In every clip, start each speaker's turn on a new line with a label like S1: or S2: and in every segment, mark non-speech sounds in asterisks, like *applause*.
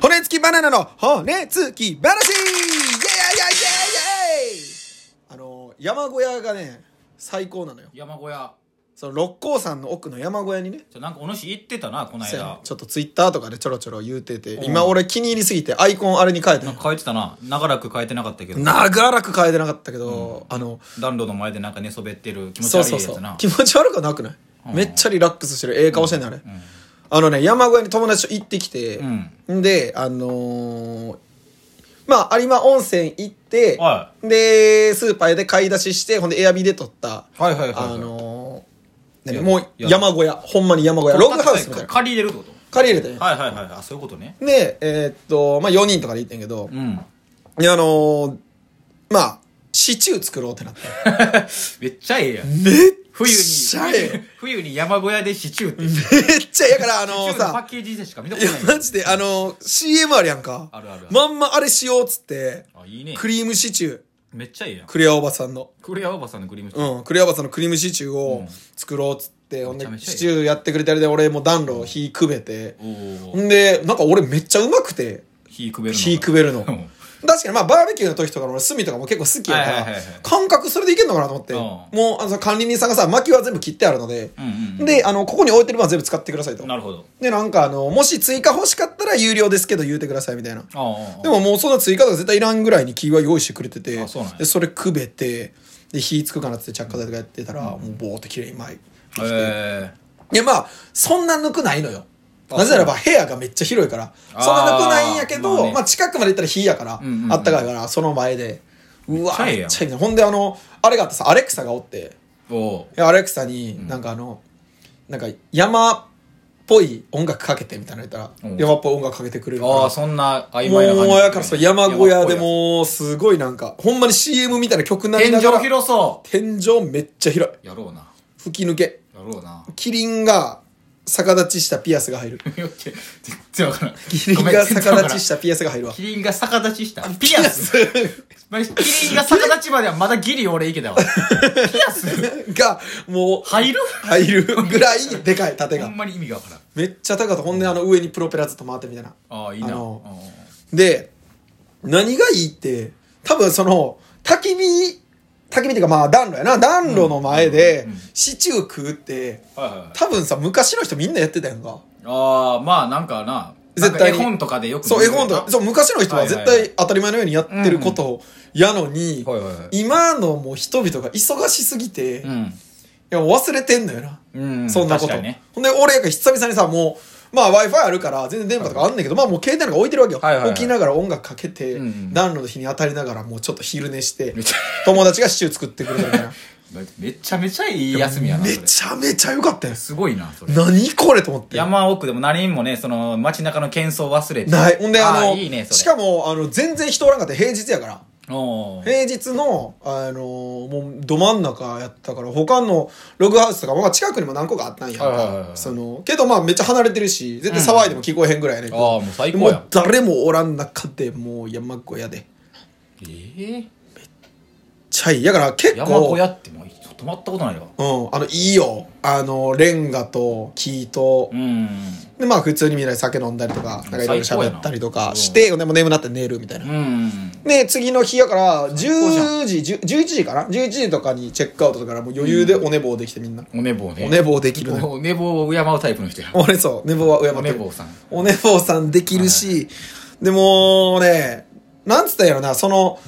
S1: 骨付きバナナの骨付き話イエイエイエイエイエイあの、山小屋がね、最高なのよ。
S2: 山小屋
S1: その六甲山の奥の山小屋にね、
S2: じゃなんかお主行ってたなこの
S1: そうやね
S2: 間
S1: ちょっとツイッターとかでちょろちょろ言うてて、
S2: ん
S1: 今俺気に入りすぎてアイコンあれに変えて
S2: なんか変えてたな長らく変えてなかったけど
S1: 長らく変えてなかったけど、あの、
S2: 暖炉の前でなんか寝そべってる気持ち
S1: そう
S2: 悪い
S1: そ
S2: や
S1: う
S2: つ
S1: そう
S2: な。
S1: 気持ち悪くはなくない、めっちゃリラックスしてる。ええ顔してんね、あれ、
S2: ん
S1: あのね、山小屋に友達と行ってきて、、
S2: うん
S1: で、あのーまあ、有馬温泉行って、
S2: は
S1: で、スーパーで買い出しして、ほんでエアビーで撮った、
S2: はいはいはいはい
S1: あのー
S2: いや
S1: 何もう山小屋、ほんまに山小屋、ロッグハウスみたいな。
S2: 借り入れるってこ
S1: 借り入れてね
S2: と。はいはいはいあそういうことね
S1: で、えーっと、まあ、4人とかで行ってんけど、
S2: うん *laughs*
S1: であのーまあ、シチュー作ろうってなって。
S2: めっちゃええやん
S1: めっ
S2: 冬
S1: ちゃええ
S2: に *laughs* 冬に山小屋でシチューってシチ
S1: めっちゃ、やからあ
S2: ュ
S1: のー
S2: ーのパ
S1: さ
S2: ッ、ケージでしか見たこ
S1: いや
S2: と、ない
S1: マジで、あのー、CM あるやんか。
S2: あるあるある
S1: まんまあれしようっつって、
S2: あいいね
S1: クリームシチュー、
S2: めっちゃええやん
S1: クレアおばさんの。
S2: クレアおばさんのクリームシチュー
S1: うん、クレアおばさんのクリームシチュー
S2: う
S1: を
S2: ん
S1: 作ろうっつって、ほんで
S2: めちゃめちゃいい
S1: シチューやってくれてあれで俺もう暖炉火くべて、
S2: おお
S1: んで、なんか俺めっちゃうまくて、
S2: 火くべるの
S1: 火くべるの。
S2: うん
S1: 確かにまあバーベキューの時とかの俺炭とかも結構好きやか
S2: はい
S1: ら
S2: はいはいはい、
S1: 感覚それでいけんのかなと思って、
S2: うん
S1: もうあの管理人さんがさ、薪は全部切ってあるので、
S2: うんうんうん
S1: で、あの、ここに置いてる分は全部使ってくださいと。
S2: なるほど
S1: で、なんかあの、もし追加欲しかったら有料ですけど言うてくださいみたいな。
S2: ああああ
S1: でももうそんな追加とか絶対いらんぐらいに木は用意してくれてて
S2: あそうなんや
S1: でそれくべてで火つくかなっつって着火剤とかやってたら、もうボーって綺麗に舞い
S2: え
S1: でまあそんなぬくないのよ
S2: あ
S1: なぜならば部屋がめっちゃ広いから
S2: あー
S1: そんなぬくないんやけど
S2: ま
S1: ま
S2: あ
S1: あ、
S2: ね
S1: 近くまで行ったら火やから、
S2: んうんうん
S1: あったかいからその前でうわ
S2: めっちゃええやん
S1: めっちゃいいなほんであのあれがあってさアレクサがおって
S2: ー、お
S1: でアレクサになんかあの、なんか山っぽい音楽かけてみたいなの言ったら、
S2: うん
S1: 山っぽい音楽かけてくれるから
S2: おああそんな曖
S1: もう
S2: 昧な感じ
S1: やからその山小屋でもうすごいなんかほんまに CM みたいな曲なり
S2: 天井
S1: ながら
S2: 広そ
S1: 天井めっちゃ広いう
S2: やろうな
S1: 吹き抜け
S2: やろうな
S1: キリンが逆立ちしたピアスが入る
S2: 全然わからん
S1: キリン
S2: ごめん
S1: が
S2: 全然わ
S1: 逆
S2: からん
S1: 立ちしたピアスが入るわ
S2: キリンが逆立ちしたピアス
S1: ピ
S2: まあキリンが逆立ちまではまだギリ俺いけたわピアス
S1: アスがもう
S2: 入る
S1: 入るぐらいでかい縦
S2: ほ
S1: が
S2: んまに意味がわからん
S1: めっちゃ高かったほんであの上にプロペラずっと回ってみたいな
S2: ああいいな
S1: あ
S2: あ
S1: の
S2: あ
S1: で何がいいって多分その焚き火焚き火っていうかまあ暖炉やな暖炉の前で
S2: うんうんうん
S1: シチュー食うって
S2: ああはいはいはい
S1: 多分さ昔の人みんなやってたやんか
S2: ああまあなんかな
S1: 絶対
S2: な
S1: に
S2: んか絵本とかでよく
S1: そう絵本とかそう昔の人は絶
S2: はいはいは
S1: 対当たり前のようにやってることをやのに、
S2: はいはいはい
S1: 今のもう人々が忙しすぎて、
S2: う
S1: い
S2: ん
S1: やもう忘れてんのよな、
S2: うん
S1: そんなこと、
S2: 確かにね
S1: ほんで俺やから久々にさもうまあ w i f i あるから全然電波とかあんねんけど、まあもう携帯なんか置いてるわけよ、
S2: はいはいはい
S1: 置きながら音楽かけて、
S2: うんうん
S1: 暖炉の火に当たりながらもうちょっと昼寝して
S2: めちゃ
S1: 友達がシチュー作ってくれたみたい
S2: *laughs*
S1: な
S2: めめちゃめちゃいい休みやなそ
S1: め
S2: れ
S1: ちゃめちゃ良かったよ
S2: すごいなそれ
S1: 何これと思って
S2: 山奥でも何人もねその街中の喧騒忘れて
S1: ない。ほんで、あの、
S2: ーいいねそれ
S1: しかも、あの、全然人おらんかった平日やから。
S2: おー
S1: 平日の、あのもう、ど真ん中やったから、他のログハウスとか、まあ、近くにも何個かあったんやんか
S2: はいはいはいはい
S1: その、けど、まあ、めっちゃ離れてるし、絶対騒いでも聞こえへんぐらいやねんけど、
S2: ああもう最高やん
S1: もう誰もおらん中で、もう山小屋で。
S2: えー、
S1: ちゃい。やから、結構、
S2: 山小屋ってもう泊まったことないわ
S1: うん、あの、いいよ。あの、レンガと木と
S2: う、ん
S1: で、まあ、普通にみんなで酒飲んだりとか、なんかいろいろ
S2: 最高やな
S1: 喋ったりとかして、でも眠なって寝るみたいな
S2: う。ん
S1: で、次の日やから、
S2: 高じゃ
S1: 10時、10 11時かな ?11 時とかにチェックアウトだから、もう余裕でお寝坊できてみんな。
S2: お寝坊ね
S1: お寝坊できるね
S2: お寝坊を敬うタイプの人や
S1: 俺そう、寝坊は上
S2: お
S1: 山
S2: 寝坊さん
S1: お寝坊さんできるし、でもうね、なんつったんやろな、その、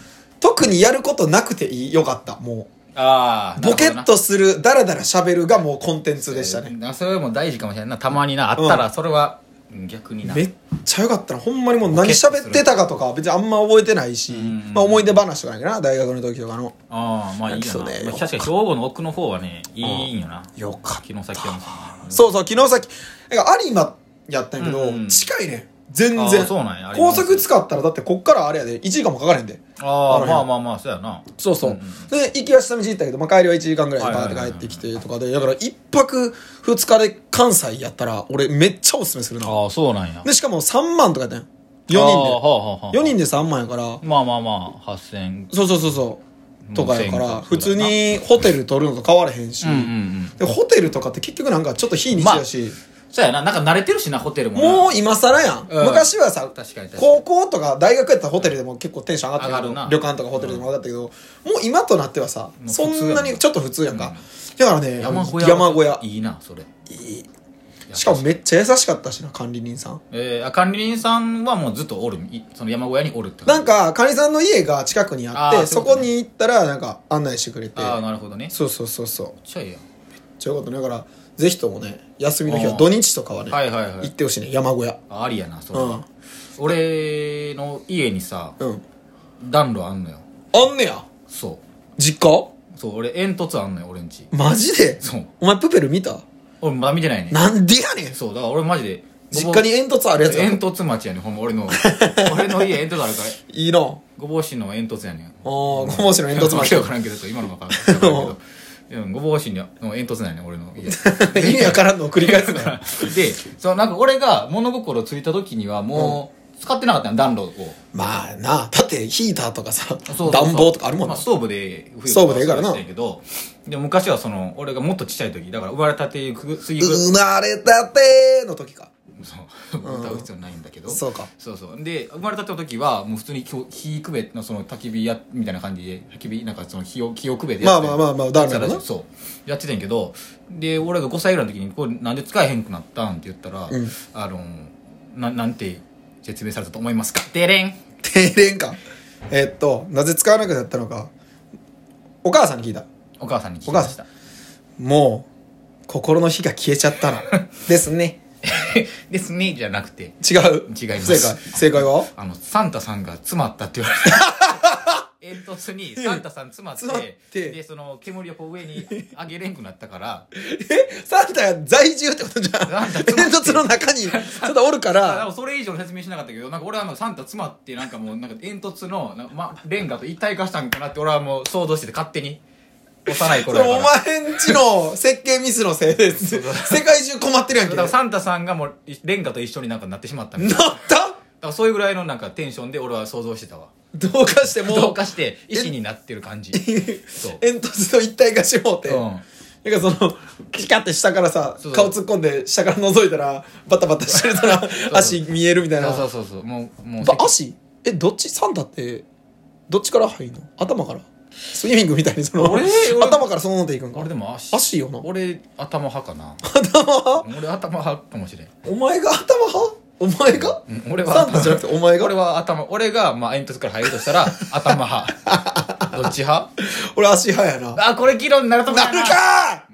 S1: 特にやることなくていい、よかった、も
S2: ああ
S1: う。ボケっとする、だらだら喋るがもうコンテンツでしたね。
S2: ねそれも大事かもしれんなたまになあったらそれはうん逆にな
S1: めっちゃよかったな、ほんまにもう何喋ってたかとか、別にあんま覚えてないし
S2: んうん、
S1: まあ思い出話とかやけどな、大学の時とかの。
S2: ああまあいいよ
S1: そう
S2: な、
S1: ね
S2: まあ確かに兵庫の奥の方はねいいんよな
S1: よかった
S2: 木の先温泉
S1: そうそう、昨日さっき、なんか有馬やったんやけど、
S2: うんうん
S1: 近いねん全
S2: あ
S1: 然。
S2: ーそうなんや有馬
S1: 高速使ったら、だってこっからあれやで、1時間もかからへんで。
S2: ああ
S1: あの辺
S2: まあまあまあそうやな
S1: そうそう。
S2: うんうん
S1: で、行きは下道行ったけど、まあ、帰りは1時間ぐらいでバーって
S2: はいはいはい
S1: 帰ってきてとかで、だから1泊2日で関西やったら、俺めっちゃおすすめするな。
S2: ああそうなんや
S1: で、しかも3万とかやったんや。4
S2: ああは
S1: 人
S2: あはあはあ
S1: で。4人で3万やから、
S2: まあまあまあ8000
S1: そうそうそうそう。とかやか
S2: も
S1: ら、
S2: う千
S1: 普
S2: 円とか
S1: 通にホテル取るのと変わらへんし、
S2: うんうんうん
S1: でホテルとかって結局なんかちょっと非日
S2: まあ
S1: やし、
S2: そうやな。なんか慣れてるしな、ホテルもな。
S1: もう今更やん、
S2: うん
S1: 昔はさ
S2: 確かに確か
S1: 高
S2: に
S1: 校とか大学やったらホテルでも結構テンション上がったけど
S2: 上がるな
S1: 旅館とかホテルでも上がったけど、もう今となってはさ
S2: もう普通
S1: そ
S2: やん
S1: んなにちょっと普通やんか、だからね
S2: 山小屋。
S1: 山小屋
S2: いいな、それ。
S1: しかもめっちゃ優しかったしな管理人さん
S2: えー、あ管理人さんはもうずっとおる。いその山小屋におるって
S1: なん
S2: か、
S1: か管理さんの家が近くにあって
S2: あーそう
S1: そ
S2: いうこと
S1: こ
S2: ね
S1: に行ったらなんか案内してくれて
S2: ああ、なるほどね。めっ
S1: そうそうそうそう
S2: ちゃええやん。
S1: ちょうことだからぜひともね休みの日は
S2: あー
S1: 土日とかはね、
S2: はいはいは
S1: 行っ
S2: い。
S1: てほしいね山小屋
S2: あありやな、それ。
S1: うん
S2: 俺の家にさ、
S1: うん
S2: 暖炉あんのよ。
S1: あんねや
S2: そ
S1: 実家
S2: う。そう、俺煙突あんのよ、俺んち。
S1: マジで
S2: そう。
S1: お前プペル見た
S2: 俺まだ見てないね。
S1: なんでやねん
S2: そう、だから俺マジで。
S1: 実家に煙突あるやつや
S2: 煙突町やねん、ほんま俺の。俺の家煙突あるから。
S1: いいなあ
S2: ごぼうしの煙突やねん。
S1: あーごぼうしの煙突町
S2: わからんけど、今のわからんけど。うんごぼうしの煙突なんやねん、
S1: *laughs*
S2: 俺の家。
S1: 意味わからんのを繰り返すなよ
S2: で、そのなんか俺が物心ついた時にはもう、使ってなかったの暖炉を。
S1: まあなだってヒーターとかさ
S2: そうそうそう
S1: 暖房とかあるもん
S2: ま
S1: な
S2: あ、ストーブで冬
S1: ストーブでええからな
S2: 過ごしてんけど、でも昔はその、俺がもっとちっちゃい時、だから生まれたてぐすぎぐ
S1: 生まれたての時か
S2: そう歌う必要ないんだけど、
S1: そうか
S2: そうそうで生まれたって時はもう普通に火を火くべのその焚き火やみたいな感じで焚き火なんかその火を火をくべでやって
S1: まあまあまあまあだからな
S2: そうやってたんやけどで俺が5歳ぐらいの時に「これなんで使えへんくなったん?」って言ったら「
S1: うん
S2: あのななんて説明されたと思いますか?」「デレン!
S1: 停電かえっとなぜ使わなくなったのかお母さんに聞いた」
S2: お母さんに聞きました
S1: もう心の火が消えちゃったのですね
S2: ですねじゃなくて
S1: 違う
S2: 違いま
S1: 正解
S2: す
S1: 正解は
S2: あのサンタさんが詰まったって言われて
S1: *laughs*
S2: 煙突にサンタさん詰まって
S1: 詰まって
S2: でその煙をこう上に上げれんくなったから
S1: えサンタが在住ってことじゃん
S2: サンタ詰ま
S1: 煙
S2: って
S1: 突の中にただおるか
S2: あで
S1: ら
S2: もそれ以上の説明しなかったけどなんか俺はあのサンタ詰まってなんかもうなんか煙突のなんか、ま、レンガと一体化したんかなって俺はもう想像してて勝手に幼い
S1: そ
S2: 頃
S1: れ
S2: やか
S1: お
S2: ら
S1: 前んちの設計ミスのせいです世界中困ってるやんけ
S2: だ
S1: なった
S2: からサンタさんがもうレンガと一緒になんかなってしまったみたいなだからそういうぐらいのなんかテンションで俺は想像してたわ
S1: どうかしても
S2: 同
S1: う
S2: 化して石になってる感じそう
S1: 煙突と一体化しもうて、
S2: うん
S1: なんかそのキカって下からさ
S2: そう
S1: 顔突っ込んで下から覗いたらバタバタしてるから足見えるみたいな
S2: そうそうそうそうもうもう
S1: ば足えどっちサンタってどっちから入んの頭からスイミングみたいにその
S2: 俺俺
S1: 頭からそのままでいくんか
S2: 俺でも足
S1: 足よな
S2: 俺頭派かな
S1: 頭派
S2: 俺頭派かもしれん
S1: お前が頭派お前が、
S2: うん俺は
S1: サンタじゃなくてお前が俺
S2: 俺は頭俺がまあ煙突から入るとしたら頭派どっち派
S1: *laughs* 足派やな
S2: あこれ議論になるとこ
S1: な
S2: や
S1: るか